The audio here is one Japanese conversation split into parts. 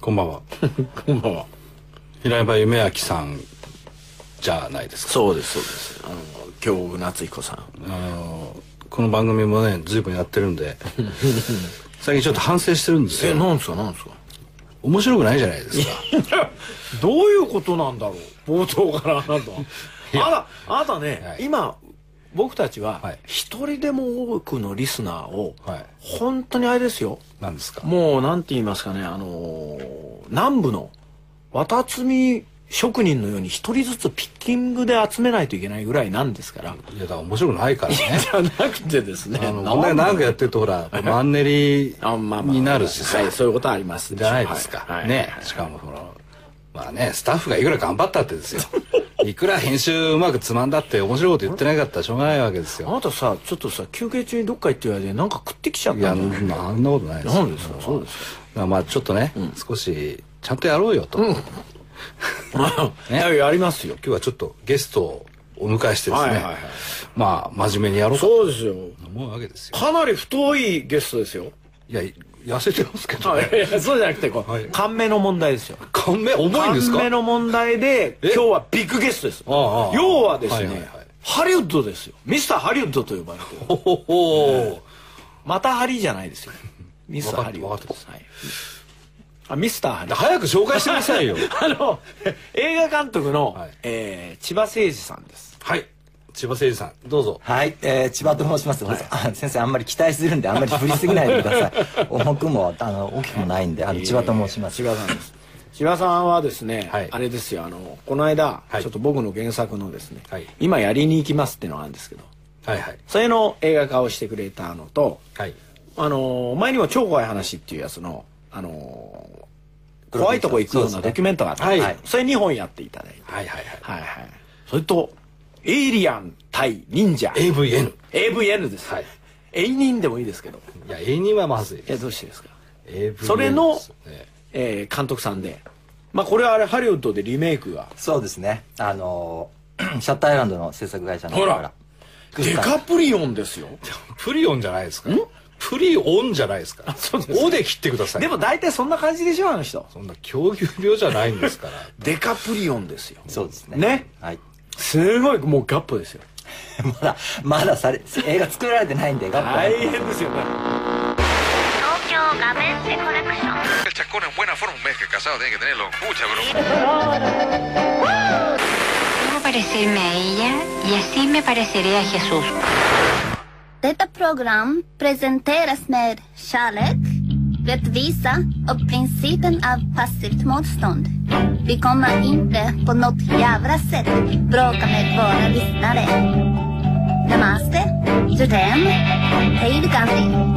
こんばんは。こんばんは。平山夢明さんじゃないですか。そうです、そうです。あの、京極夏彦さん。あのこの番組もね、随分やってるん で、最近ちょっと反省してるんですえ、よ。なんですか、なんですか。面白くないじゃないですか。どういうことなんだろう冒頭からあなたはあなたあなたね、はい今僕たちははい一人でも多くのリスナーを、はい本当にあれですよなんですか。もうなんて言いますかねあのー南部の綿摘み職人のように一人ずつピッキングで集めないといけないぐらいなんですから、いや、だから面白くないからね。 じゃなくてですねあの、なんこんだけ長くやってるとほら、マンネリあまあまあになるしさは。い、そういうことはありますじゃないですか。はいね。しかもほら、まあね、スタッフがいくら頑張ったって ですよ。いくら編集うまくつまんだって面白いこと言ってなかったらしょうがないわけですあよ。なたさちょっとさ休憩中にどっか行ってる間になんか食ってきちゃっいたや、んだよなあんなことないですなよ。んですかそうですかまあまあちょっとね、少しちゃんとやろうよと、今まあ、 いややりますよ。日はちょっとゲストをお迎えしてですね、はいはいはいまあ真面目にやろうとそうですよ。思うわけですよかなり太いゲストですよ。いや痩せてますけどはねい、や そうじゃなくて、こう、はい感銘の問題ですよ。感銘重いんですか感銘の問題で、え今日はビッグゲストです。ああああ要はですはね、いはいはいハリウッドですよ。ミスターハリウッドと呼ばれ てる。ほほほまたハリじゃないですよ。ミスターハリウわッかっド。わかはい、あ、ミスターハリウッド。早く紹介してください よあの、映画監督の、はいえー千葉誠二さんです。はい千葉誠二さんどうぞはい、えー、千葉と申します、あ先生あんまり期待するんであんまり振りすぎないでください重くもあの大きくもないんであの千葉と申します、千葉さんです千葉さんはですね、はいあれですよあのこの間、はいちょっと僕の原作のですね、はい今やりに行きますっていうのがあるんですけどはいはいそれの映画化をしてくれたのとはいあの前にも「超怖い話」っていうやつのあの怖いとこ行くようそなうですねドキュメントがあって、はいそれ2本やっていただいてはいはいはいはいはいそれと「エイリアン対忍者」 AVN AVN です、はい永忍でもいいですけどいや A にはまずいえどうしてですか AVN それのですねえー監督さんで、まあ、これはあれハリウッドでリメイクがそうですねあの シャッターアイランドの制作会社の方ほらグデッさんカプリオンですよプリオンじゃないですかプリオンじゃないですかそうですおで切ってくださいでも大体そんな感じでしょあの人そんな狂牛病じゃないんですからデカプリオンですよそうですねねはい すごいもうガッポですよまだまだされ映画作られてないんで頑張大って変ですよね東京ガベンセコレクション El chascón en buena forma, un mes que casado tiene que tenerlo. Mucha broma. Debo parecerme a ella y así me pareceré a Jesús. Detta program presenteras med kärlek, rättvisa och principen av passivt motstånd. Vi kommer inte på något jävla sätt bråka med våra lyssnare. Namaste, Jodem, Hej Gandhi.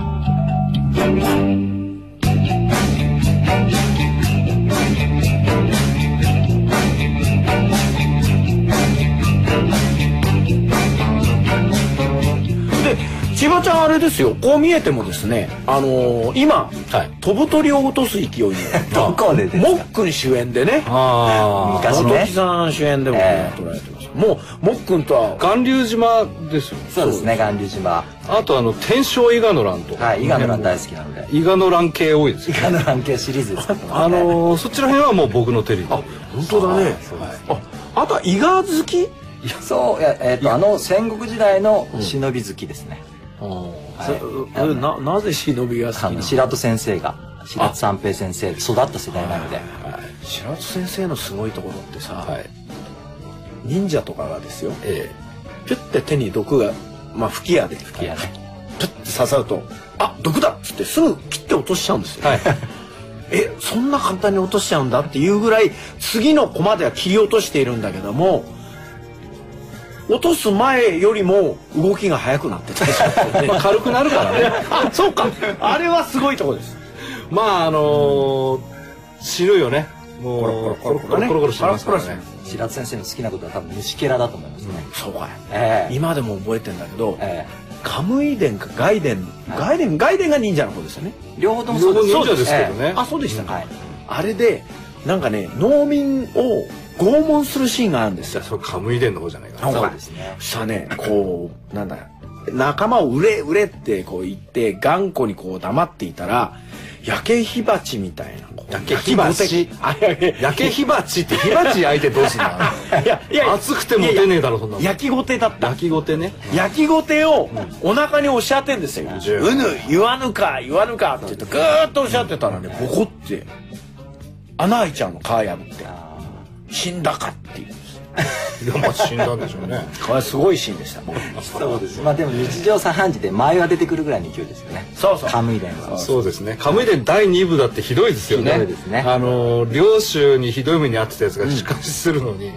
で千葉ちゃんあれですよこう見えてもですねあのー今、はい飛ぶ鳥を落とす勢いの どこでですかモックン主演でねああ昔本ね木さん主演でもねええ捉えてますもうモックンとは巌流島ですよそうですね巌流島あとあの天正伊賀の乱とかはい伊賀の乱大好きなので伊賀の乱系多い ですよ伊賀の乱系シリーズですけどねあのーそっちら辺はもう僕のテレビあ本当だねああとは伊賀好きそういやえっ、とあの戦国時代の忍び好きですね、そそれななぜ忍びが好きあなのの白戸先生が白戸三平先生で育った世代なので白津先生のすごいところってさ、はい忍者とかがですよえピュッて手に毒が、まあ、吹き矢で吹いやねピュッて刺さると「あ毒だ!」っつってすぐ切って落としちゃうんですえよ、はいえそんな簡単に落としちゃうんだっていうぐらい次のコマでは切り落としているんだけども落とす前よりも動きが速くなってたりするんですよ ね軽くなるからね あそうかあれはすごいとこですまああのー死ぬよねもうコロコロコロコロねコロコロしてますからコロコロねして白津先生の好きなことは多分虫けらだと思いますね、そうかいええ今でも覚えてんだけど、えカムイ伝かガイデンガイデンガイデンが忍者の方ですよねえ両方ともそうです両方忍者ですけどねええあそうでしたか、はいあれでなんかね農民を拷問するシーンがあるんですじゃよあそれカムイ伝の方じゃないかそうなそうですねそしたらねこうなんだ仲間を売れ売れってこう言って頑固にこう黙っていたら焼け火鉢みたいなこう焼け火鉢あ焼け焼け火鉢って火鉢焼いてどうすんのいやいや熱くても出ねえだろそんなもん焼きごてだった焼きごてね焼きごてをお腹に押し当てんですよ「十うぬ言わぬか言わぬか」って言ってグーッと押し当てたらねボコって穴開いちゃうの皮破って死んだかっていういやまあ死んだんでしょうねこれすごいシーンでした僕そうですまあでも日常茶飯事で前は出てくるぐらいの勢いですよねそうそうカムイ伝はそうですね。カムイ伝第2部だってひどいですよね。ひどいですねあの領主にひどい目に遭ってたやつが仕返しするのに、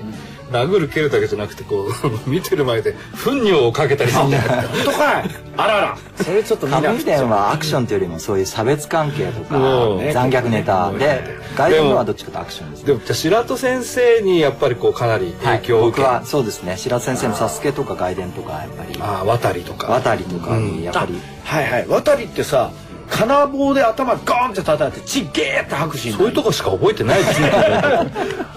殴る蹴るだけじゃなくてこう 見てる前で糞尿をかけたりするんじゃない本当かいあららそれちょっと見カなムくイちゃ伝はアクションというよりもそういう差別関係とかうん残虐ネタで外伝のはどっちかというとアクションですねでもじゃあ白戸先生にやっぱりこうかなりはい影響を受僕け、はそうですね白津先生の「サスケとか「外伝とかやっぱりああ渡りとか渡りとかにやっぱり、あはいはい渡りってさ金棒で頭ゴーンって叩いてちっげーって拍手になそるういうとこしか覚えてないですね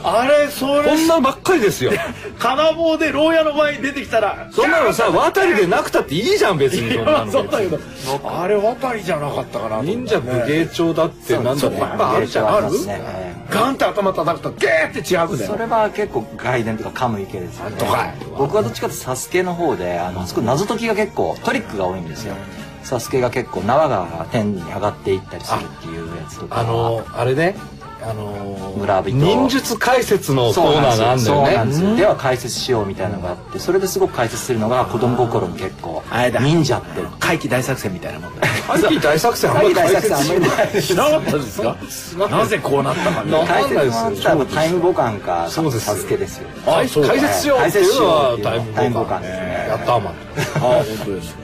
あれそこれんなのばっかりですよ金棒で牢屋の前に出てきたらそんなの さ渡りでなくたっていいじゃん別にそんなのそうだけどあれ渡りじゃなかったかな忍者武芸帳だってなんだそろううねいっぱいあるじゃんああるるそうねえガンって頭叩くとゲーって血吐くんえだそよれは結構外伝とかカムイ系ですよねとか僕はどっちかというと「サスケの方であのあそこ謎解きが結構トリックが多いんですよ「サスケが結構縄が天に上がっていったりするっていうやつとかあのあれねあの村人忍術解説のコそうーなナんーでがあんだよねすよそうなんですよでは解説しようみたいなのがあってそれですごく解説するのが子供心に結構あれだ忍者って怪奇大作戦みたいなもん だ怪奇大作戦あんま大り解作説戦あんまりないしなかったですか なぜこうなったかみたいなな解説もあったらタイムボカンかそうですサスケですよあそう解説しようっていうのはタイムタイムボボカカンンねですねやったーマンあ本当です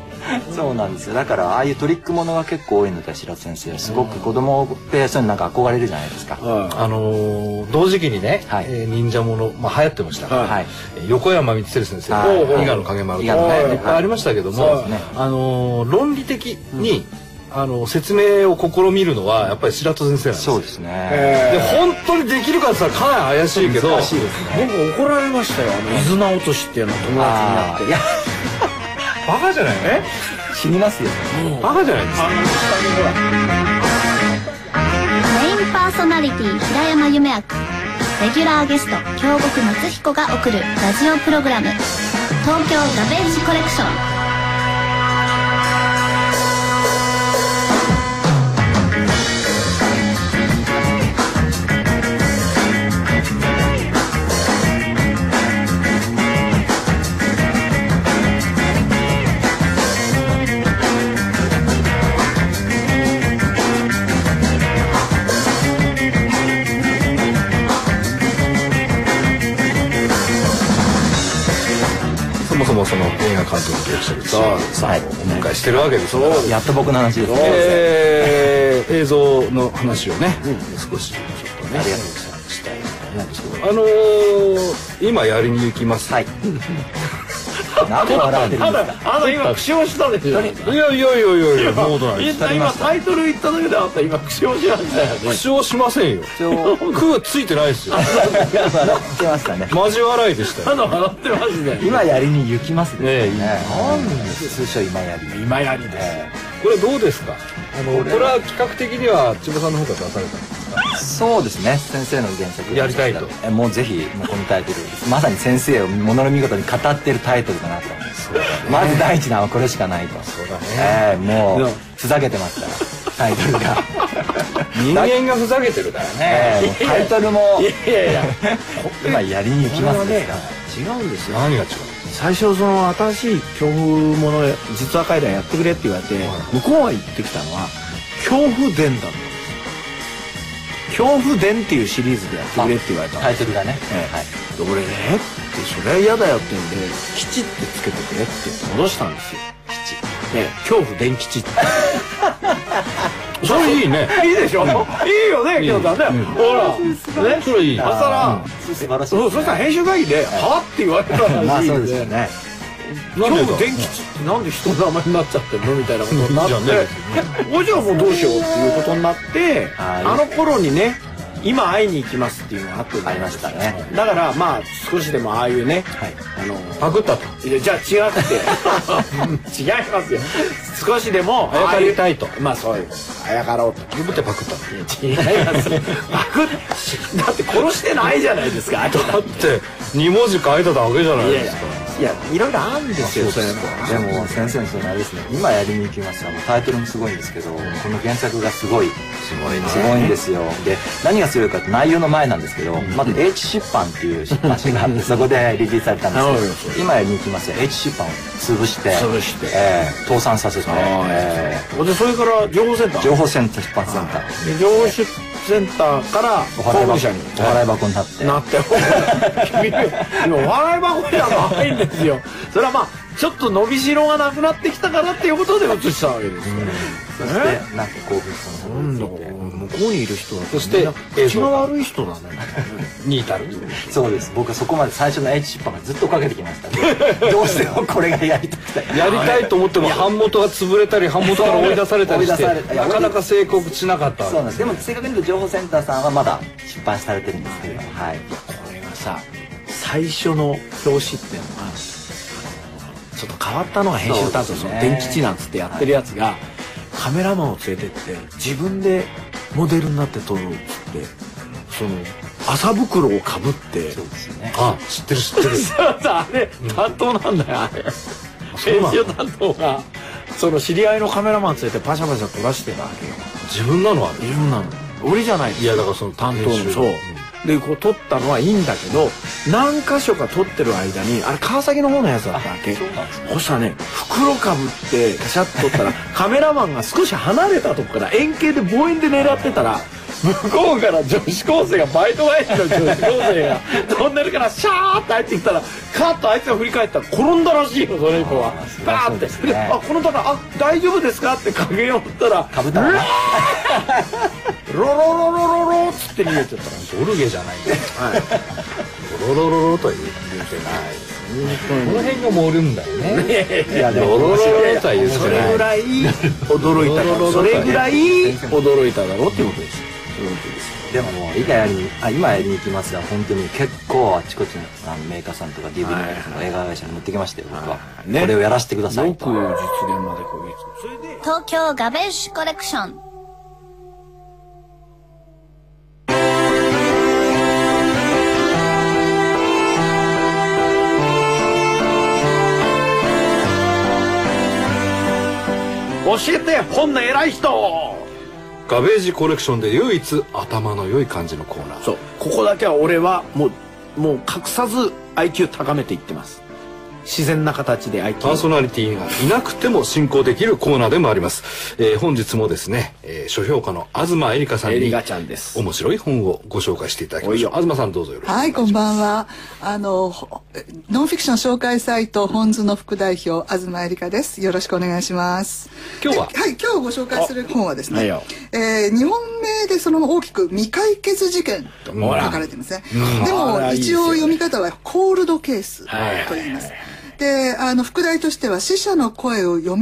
そうなんですよだからああいうトリックものが結構多いので白津先生はすごく子供ってそういうのなんか憧れるじゃないですか、はあのー同時期にね、はいえー忍者もの、まあ、流行ってました、はいはいえー横山光輝先生はのい「伊賀の影丸」と伊か賀のね影丸いっぱいありましたけどそうもですね、あのー論理的に、あのー説明を試みるのはやっぱり白戸先生なんですそうよですえね、で本当にできるかって言ったらかなり怪しいけど難しいですね僕怒られましたよあの伊豆直落としっていうの友達になっあてあいやバカじゃないえ死にますよバカじゃないですかメインパーソナリティ平山夢明レギュラーゲスト京極夏彦が送るラジオプログラム「東京ガベージコレクション」そもそもその映画監督としてるしさはいお迎えしてるわけですからやっと僕の話ですね えー映像の話をね、少しちょっとねありがとうしたいと思うんですけどあのー今やりに行きます、はい何で笑ってるんたですだあの今苦笑したでしょいやいやいやいやいやそうだない言った今タイトル言っただけであった今苦笑しましたよね苦笑しませんよ一応空ついてないですよ笑ってましたね交笑いでしたよあの笑ってましたよ今やりに行きますですねえいいねなんです通称今やり今やりですこれどうですかあのこれは企画的には千葉さんの方から出されたそうですね先生の原作やりたいとえもうぜひもうこのタイトルまさに先生をものの見事に語ってるタイトルかなとまず第一弾はこれしかないとそうだね、ええもうふざけてますからタイトルが人間がふざけてるからねええもうタイトルもいやいや今やりに行きますですから違うんですよ何が違う最初その新しい恐怖もの実話怪談やってくれって言われて向こうが言ってきたのは恐怖伝だったんです恐怖伝っていうシリーズでやってくれって言われたのタイトルがね、ええはいで俺ねってそれは嫌だよって言うんで「吉」ってつけてくれって言って戻したんですよ吉ね恐怖伝吉ってそれいいね いいでしょ、いいよね京都さんねほらねそれいいそしたら素晴らしいそうそしたら編集会議で「は?」って言われたらしいんでまあそうですよねなん今でだ日電気地ってなんで人の名前になっちゃってるのみたいなことになっいいじゃんねておじゃあもうどうしようっていうことになってはいあの頃にね今会いに行きますっていうのがあったじゃないですかありましたねだからまあ少しでもああいうね、はいあのパクったといやじゃあ違くて違いますよ少しでもあやかりたいとああうまあそうですあやかろうと自分でパクったいや違いますよパクッだって殺してないじゃないですかあとだって2文字書いただけじゃないいやいでやすかいやいろいろあるんですよそういうのでも先生のそのあれですね今やりに行きますはもうタイトルもすごいんですけど、この原作がすごいすごい,、すごいんですよで何がすごいかって内容の前なんですけど、まず H 出版っていう出版社があってそこでリリースされたんなるでほすけど今やりに行きますは H 出版を潰して潰してえー倒産させて、えでそれから情報センターー情報センター出版センターで情報センターからお公払務い箱者ににお払い箱になってなって君お笑い箱じゃないんですよそれはまあちょっと伸びしろがなくなってきたからっていうことで移したわけですよ、そしてなんか興奮したのなんだこう向こうにいる人はそして気が悪い人だねに至るそうです僕はそこまで最初の H 出版がずっと追っかけてきましたどうしてもこれがやりたくてやりたいと思っても版元が潰れたり版元から追い出されたりし追い出さてれいやなかなか成功しなかったそうなんですでも正確に言うと情報センターさんはまだ出版されてるんですけれどもはいこれがさ最初の表紙っていうのがちょっと変わったのが編集担当そうですのね電吉なんつってやってるやつが、カメラマンを連れてって自分でモデルになって撮ろうっつってその麻袋をかぶってそうですねあ知ってる知ってるそうそうあれ担当なんだよあれそうなの編集担当がその知り合いのカメラマン連れてパシャパシャ撮らしてたわけよ自分なのあれ自分なの俺じゃないいやだからその担当の編集そう、うんでこう撮ったのはいいんだけど何箇所か撮ってる間にあれ川崎の方のやつだったわけそうなんですそしたらね袋かぶってカシャッと撮っ たらカメラマンが少し離れたとこから円形で望遠で狙ってたら向こうから女子高生がバイト帰りの女子高生 がトンネルからシャーって入ってきたらカーッとあいつが振り返ったら転んだらしいよその子はあーバーそっうてですでねあこの棚あ大丈夫ですか?」って影を振ったらかぶったらなロロロロロロっつって逃げちゃったらオルゲじゃないんだよロロロロロとは言ってないこの辺が盛るんだよねいやでロロロロもとは言ってそれぐないらい驚いただろうそれぐらい驚いただろうっていうことですでももう今やりにあ今やりに行きますが本当に結構あちこちのあのメーカーさんとか DVD メーカーさんの映画会社に持ってきましたよ僕はねこれをやらせてくださよいく実と現までこぎつそれで東京ガベッシュコレクション教えて本の偉い人ガベージコレクションで唯一頭の良い感じのコーナーそうここだけは俺はもうもう隠さず IQ 高めていってます自然な形でパーソ IQ ナリティがいなくても進行できるコーナーでもあります、えー本日もですね、えー書評家の東恵梨香さんエリにガちゃんです面白い本をご紹介していただきまおいしょよう東さんどうぞよろしくはい、こんばんは。あの、ほノンフィクション紹介サイト、本図の副代表、東えりかです。よろしくお願いします。今日はではい、今日ご紹介する本はですはいねよ、えー、日本名でその大きく未解決事件と書ほらかれてますねうん。こでれはも、いいです一よね応読み方は、コールドケースはいと言います。で、あの、副題としては、死者の声を蘇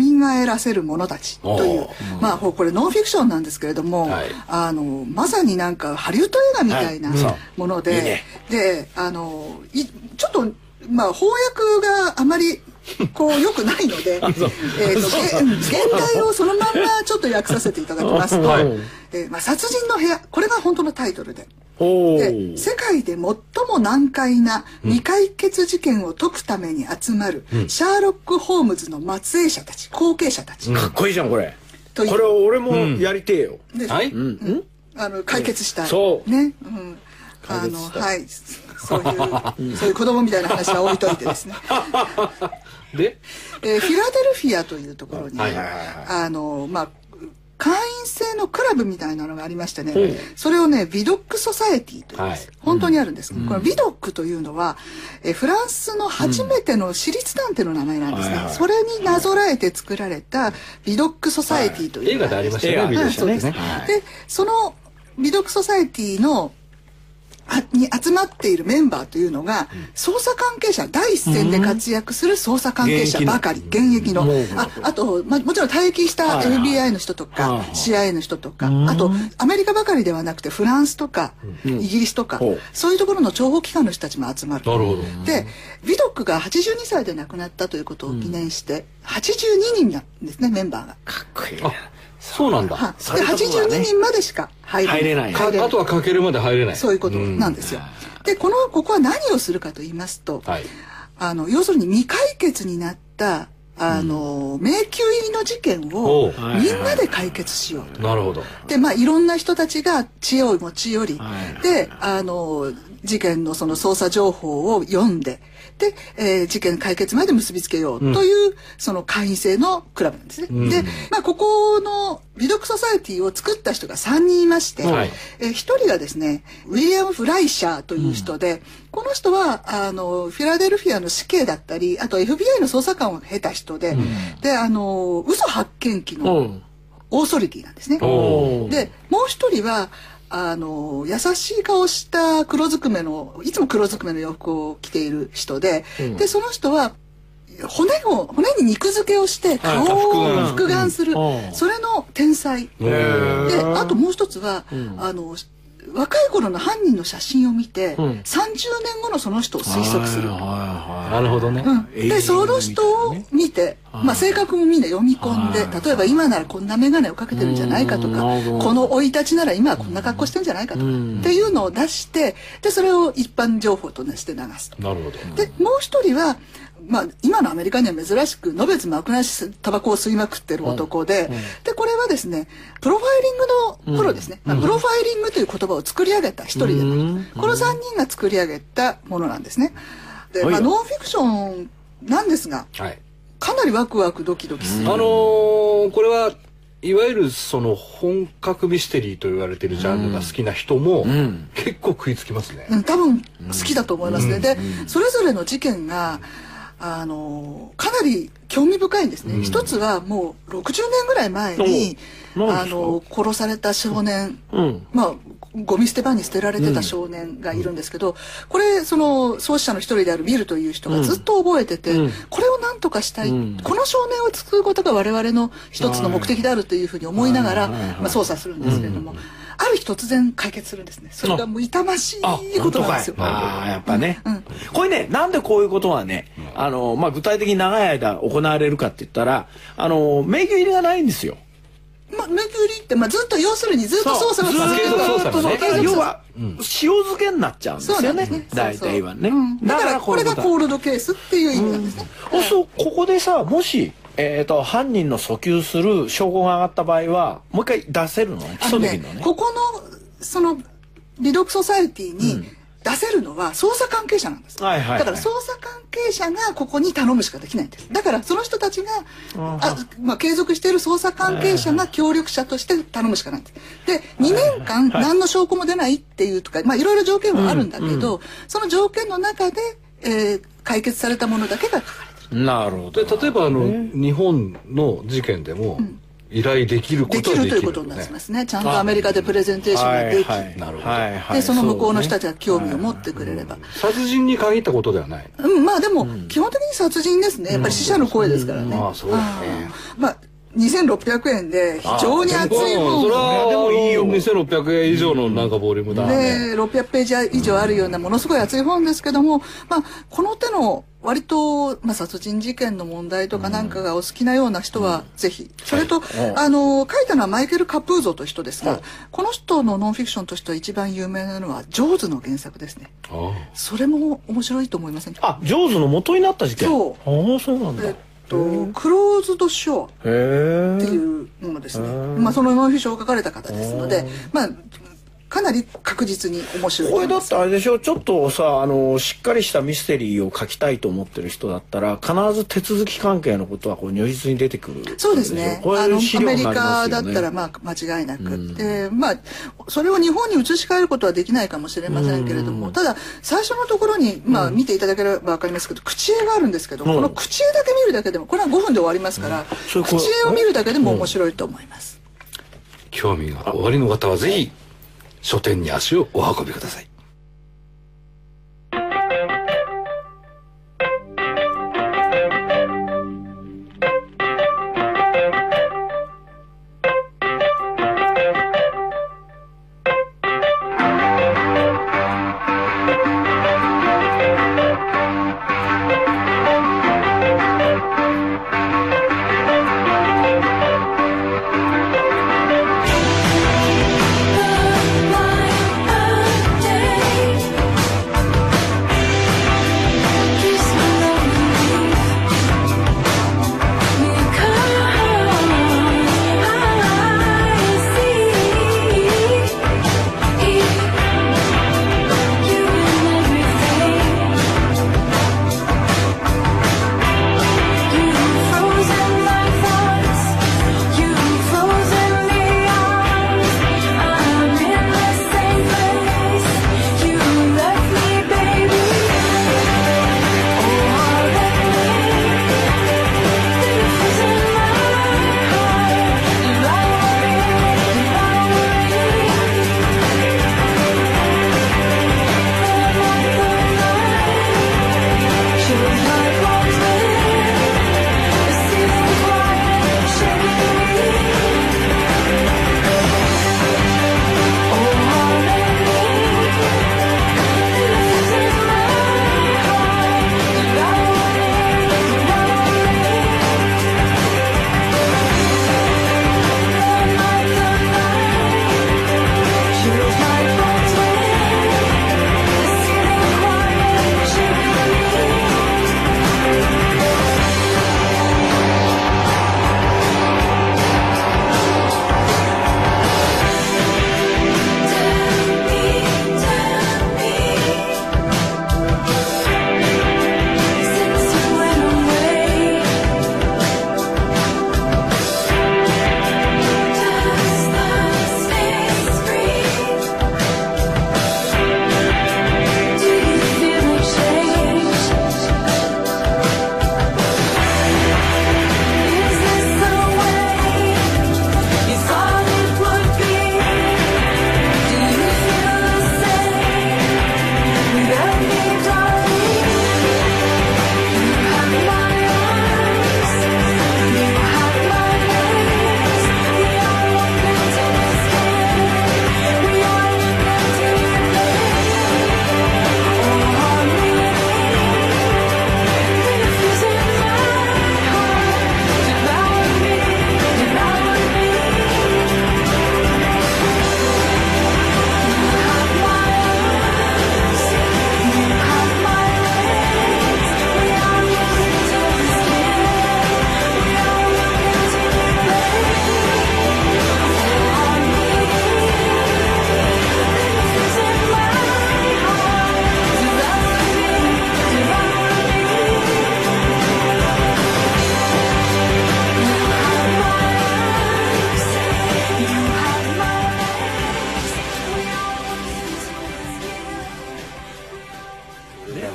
らせる者たちといおう、まあ、ほこれノンフィクションなんですけれども、はいあの、まさになんかハリウッド映画みたいなはいうんもので、いいねであのいちょっとまあ翻訳があまりこう良くないの で、えーとげうん現代をそのまんまちょっと訳させていただきますと、はいえーまあ殺人の部屋これが本当のタイトルで。おで世界で最も難解な未解決事件を解くために集まる、シャーロック・ホームズの末裔者たち後継者たちかっこいいじゃんこれという、これを俺もやりてえよではい、あの解決したい、そうね、うん、あのはいそういうそういう子供みたいな話は置いといてですね、でえーフィラデルフィアというところにはいはいはいあのまあ会員制のクラブみたいなのがありましてね、それをねビドック・ソサエティというんです、はい本当にあるんです、このビドックというのは、えーフランスの初めての私立探偵の名前なんですね、はいはいそれになぞらえて作られたビドック・ソサエティという、映画でありました映よ画ねビデオはいショそーうでですすねねでその美読ソサエティのあに集まっているメンバーというのが、捜査関係者、第一線で活躍する捜査関係者ばかり、現役の。ああと、ま、もちろん退役した FBI の人とはいかは、い CIA の人とか、あと、アメリカばかりではなくて、フランスとか、イギリスとかほう、そういうところの情報機関の人たちも集まる。なるほど。で、ビドックが82歳で亡くなったということを記念して、82人なんですね、メンバーが。そうなんだ。はいそうで、いうところが82ね人までしか入れない。入れないかあとはかけるまで入れない。そういうことんなんですよ。で、この、ここは何をするかと言いますと、はい。あの、要するに未解決になった、あの、迷宮入りの事件おをうみんなで解決しようと。なるほど。で、まあ、いろんな人たちが知恵を持ち寄り、はいで、あの、事件のその捜査情報を読んで、で、えー事件解決まで結びつけようという、その会員制のクラブなんですね。うんで、まあ、ここの美読ソサエティを作った人が3人いまして、はいえー1人がですね、ウィリアム・フライシャーという人で、この人は、あの、フィラデルフィアの死刑だったり、あと FBI の捜査官を経た人で、で、あの、嘘発見器うのん。オーソリティなんですね。おでもう一人はあの優しい顔した黒ずくめのいつも黒ずくめの洋服を着ている人で、でその人は骨を骨に肉付けをして顔をあ復眼する、うんうんそれの天才、へーであともう一つは、あの若い頃の犯人の写真を見て、ん30年後のその人を推測する。はいはいはいなるほどね。うん、でその人を見て、まあ、性格もみんな読み込んで例えば今ならこんな眼鏡をかけてるんじゃないかとかうんなるほどこの生い立ちなら今はこんな格好してるんじゃないかとかっていうのを出してでそれを一般情報として流すと。なるほど。でもう一人は、まあ、今のアメリカには珍しくのべつ幕なしタバコを吸いまくってる男で,、でこれはですねプロファイリングのプロですね、まあプロファイリングという言葉を作り上げた一人でもある、この3人が作り上げたものなんですね。でまあ、ノンフィクションなんですがはい。かなりワクワクドキドキあする、のーこれはいわゆるその本格ミステリーと言われてるジャンルが好きな人も結構食いつきますね。うん、多分好きだと思いますね、でそれぞれの事件があのかなり興味深いんですね、一つはもう60年ぐらい前におあの殺された少年、うん。まあゴミ捨て場に捨てられてた少年がいるんですけど、これその創始者の一人であるビルという人がずっと覚えてて、うんこれをなんとかしたい、うんこの少年を救うことが我々の一つの目的であるというふうに思いながら、はいはいはいまあ、捜査するんですけれども、ある日突然解決するんですねそれがもう痛ましあ、いことなんですよ。本当かいああ、やっぱね、うんこれね、なんでこういうことはね、あの、まあ、具体的に長い間行われるかって言ったら、あの、名義入りがないんですよ。まあ、巡りって、まあ、ずっと要するにずっと捜査がず続けるーっとそう継続捜査ねだから要は、塩漬けになっちゃうんですそうなよんでねすね。大体はねそうそううん。だからこれがコうールドケースっていう意味なんですね、いうことだ。あそう、ここでさ、もし、えっと、犯人の訴求する証拠が上がった場合は、もう一回出せるのね。起あの訴できねるのね。ここのそのリドクソサエティに出せるのは捜査関係者なんです、はいはいはいだから捜査関係者がここに頼むしかできないんですだからその人たちがあ、まあ、継続している捜査関係者が協力者として頼むしかないんですで2年間何の証拠も出ないっていうとか、まあ、いろいろ条件はあるんだけど、その条件の中で、えー解決されたものだけが書かれてるなるほど。で例えばあの、日本の事件でも依頼できるこでときはるでときいるうことになよりまね。すねちゃんとアメリカでプレゼンテーションができ、なるほどはいはいでその向こうの人そたちが興味を持ってくれれば。殺人に限ったことではない。うん、まあでも、基本的に殺人ですね。やっぱり死者の声ですからね。まあそうだねうんまあ、2600円で非常に厚いそれ本。はでもいいよ。2600円以上のなんかボリュームだ。で、600ページ以上あるようなものすごい厚い本ですけども、まあ、この手の割と、まあ、殺人事件の問題とかなんかがお好きなような人は、ぜひ。それと、あの、書いたのはマイケル・カプーゾという人ですが、この人のノンフィクションとしては一番有名なのは、ジョーズの原作ですね。ああそれも面白いと思いませんかあ、ジョーズの元になった事件。。そうああ、そうなんだ。えっへと、クローズドショーえってい。うものですね。まあ、そのノンフィクションを書かれた方ですので、まあ、かなり確実に面白いとこ思れいだまっす。てあれでしょちょっとさあのしっかりしたミステリーを書きたいと思ってる人だったら必ず手続き関係のことはこう如実に出てくるそうですね。これあの、資ア料メにリなりまカすだよねったら、まあ、間違いなく。で、まあ、それを日本に移し替えることはできないかもしれませんけれども、ただ、最初のところに、まあ、見ていただければわかりますけど、口絵があるんですけど、この口絵だけ見るだけでも、これは5分で終わりますから、それこれ口絵を見るだけでも面白いと思います。興味がおありの方はぜひ書店に足をお運びください。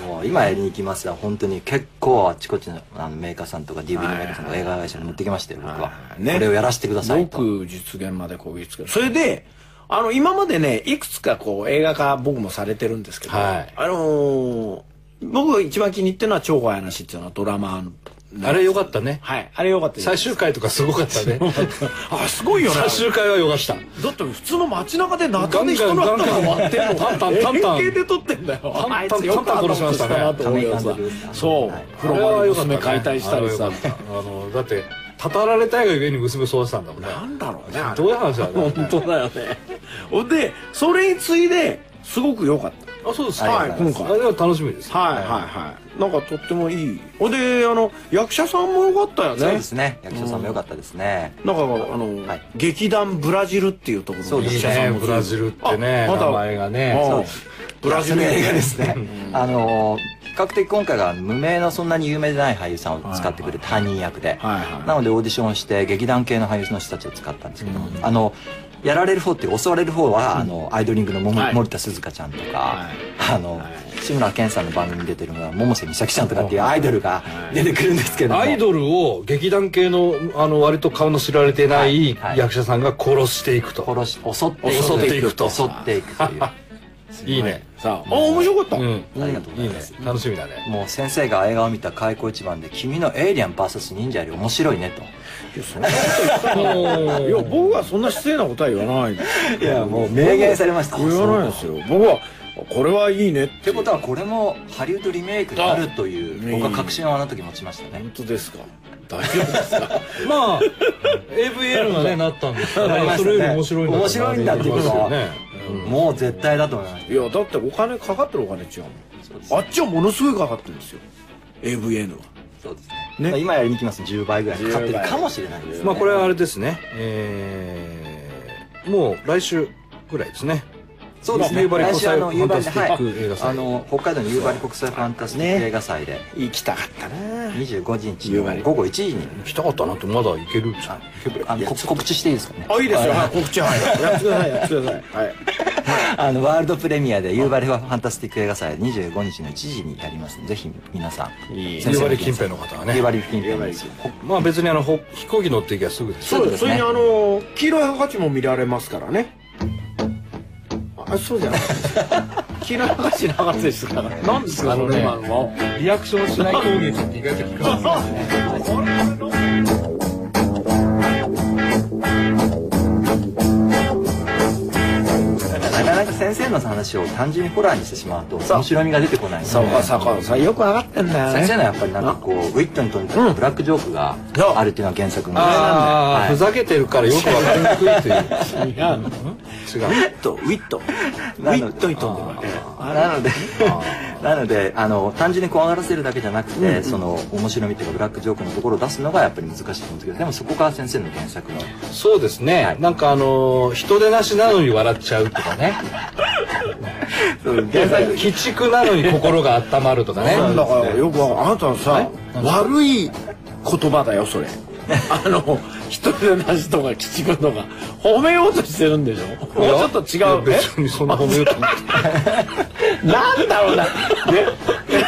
の今やりに行きますが本当に結構あちこちのあのメーカーさんとか DVD メーカーさんとか映画会社に持ってきましたよ僕は、これをやらせてくださいと僕実現までこぎつけるそれであの今までねいくつかこう映画化僕もされてるんですけど、はいあのー僕が一番気に入ってるのは「超怖い話」っていうのはドラマあれ良かったね。はいあれよかったです最終回とかすごかったね。あすごいよね最終回は良かった。だって普通の街中で中で人の頭が割ってんのガンガンガンガンタンタンタンタン円形で撮ってんだよンタンあいつよく頭殺したなと思うよタンさタンタンタンそうはい風呂場で娘解体したりさあれは良かったあのだってたたられたいがゆえに娘育てたんだもんね。なんだろうねあれどういう話だろうね本当だよねほん でそれに次いですごく良かったあそうですははいい今今回回あれは楽しみです。はいはいはいなんかとってもいいほんであの役者さんも良かったよねそうですね役者さんも良かったですね、なんかあの、はい劇団ブラジルっていうところそうのです役いい者さんねもブラジルってねあまだ名前がね。ああブラジル映画ですね、あの比較的今回が無名のそんなに有名でない俳優さんを使ってくれて犯人役で、はいはいなのでオーディションして劇団系の俳優の人たちを使ったんですけど、あのやられる方っていう襲われる方は、あのアイドリングのももはい森田鈴香ちゃんとか、はあの、志村けんさんの番組に出てるのは百瀬美咲ちゃんとかっていうアイドルが出てくるんですけども、アイドルを劇団系のあの割と顔の知られてないはいはい役者さんが殺していくと。殺し襲って襲っていくと襲っていくという。いいね。さああ面白かった、うん。ありがとうございいいまねす。楽しみだね。もう先生が映画を見た開口一番で「君のエイリアン VS 忍者より面白いね」いや僕はそんな失礼なことは言わないといやもう明言されました言わないですよ僕はこれはいいねっっててことはこれもハリウッドリメイクになるという僕は確信をあの時持ちましたね本当ですか大丈夫ですかまあ AVL がねなったんですかなりまら、したそねれより面白いんだ面白いんだっていうことはなりますよね。もう絶対だと思いましいやだってお金かかってるお金違うもんあっちはものすごいかかってるんですよ AVN はたそうですねね今やりに行きます10倍ぐらいかかってる10倍かもしれないですねまあこれはあれですね、えー、もう来週ぐらいですね。そうですね夕張来国週あ際の夕張でファンタスティック映画はい祭あの北海道の夕張国際ファンタスティック映画祭で行きたかったな25日夕張の午後1時に行きたかったなってまだ行けるんですよ。あの告告知していいですかねあいいですよはい告知はいやってくださいやってくださいはい あのワールドプレミアで夕張ファンタスティック映画祭25日の1時にやりますのでぜひ皆さんいい夕張近辺の方はね夕張近辺ですよまあ別にあのほ飛行機乗っていけばすぐです。そううでですすねそれにあの黄色いハンカチも見られますからねあそうじゃない黄色いハンカチなかったですから何ですかそれ今のはリアクションしない攻撃って意外と効かない。なかなか先生の話を単純にホラーにしてしまうと面白みが出てこないのでそうかそうかそうよく上がってんだよね先生のやっぱりなんかこうウィットに富んでたブラックジョークがあるっていうのは原作のああ、はいふざけてるからよくわかりにくいという。いやウ違ィう。ットウィットウなィのットに飛んでるわけあなので なのであの単純に怖がらせるだけじゃなくて、その面白みっていうかブラックジョークのところを出すのがやっぱり難しいと思うんですけどでもそこが先生の原作のそうですね。なんかあのー人でなしなのに笑っちゃうとかね。原作鬼畜なのに心が温まるとかね。だからよくわかんあなたはさ悪い言葉だよそれあの一人でなしとか鬼畜とか褒めようとしてるんでしょいやもうちょっと違ういねや別にそんな褒めようと思ってなんだろうな、ね、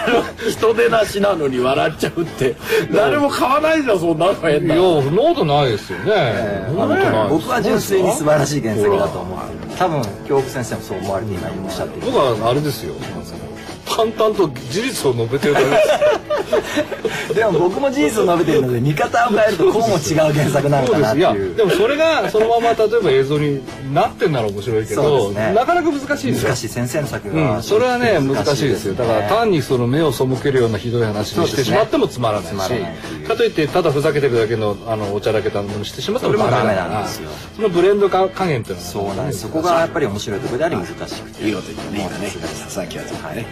あの人出なしなのに笑っちゃうって誰も買わないじゃんそんなの変いなや、そんなことないですよね。そんなことない僕は純粋に素晴らしい原作だと思ってる多分教育先生もそう思われていないとおっしゃっている僕はあれですよ淡々と事実を述べてるだけですでも僕も事実を述べているので見方を変えるとこうも違う原作なのそかうですなっていやいうでもそれがそのまま例えば映像になってんなら面白いけそうど、ですねなかなか難しいですよ難しい先生の作うが、ん、それはね難しいですよだから単にその目を背けるようなひどい話にしそうでてすしねまってもつまらないしつまらないっていうかといってただふざけてるだけのあのおちゃらけたものにしてしまってもダメだかそれもダメなんらですよそのブレンドか加減っていうのはそうなんですそこがやっぱり面白いところであり難しくて見事にね今ね佐々木はね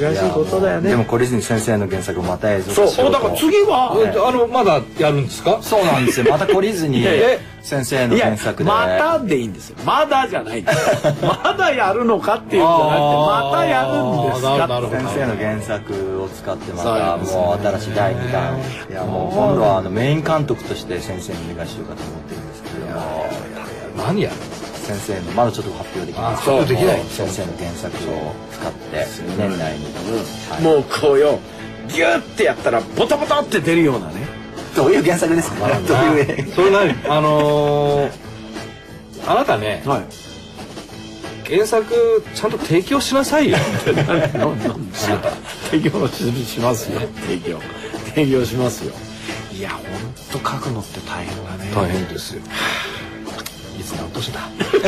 難しいことだよねでも懲りずに先生の原作をまた映像そう化しよそううだとから次はあのまだやるんですかそうなんですよまた懲りずにや先生の原作でまたでいいんですよまだじゃないんですよまだやるのかっていうんじゃなくてまたやるんですあーなるなかるほど先生の原作を使ってまそうたですもう新しい第2弾いやもう今度はあのメイン監督として先生にお願いしようかと思ってるんですけども何やるんですか先生のまだちょっと発表できないあそう発表できない先生の原作を使って年内に、はいもうこうよギュッてやったらボタボタって出るようなねどういう原作ですかどういう映それなにあのーあなたねはい原作ちゃんと提供しなさ いよ提供しますよ提供提供しますよいやほんと書くのって大変だね 大変ですよいつ何年だ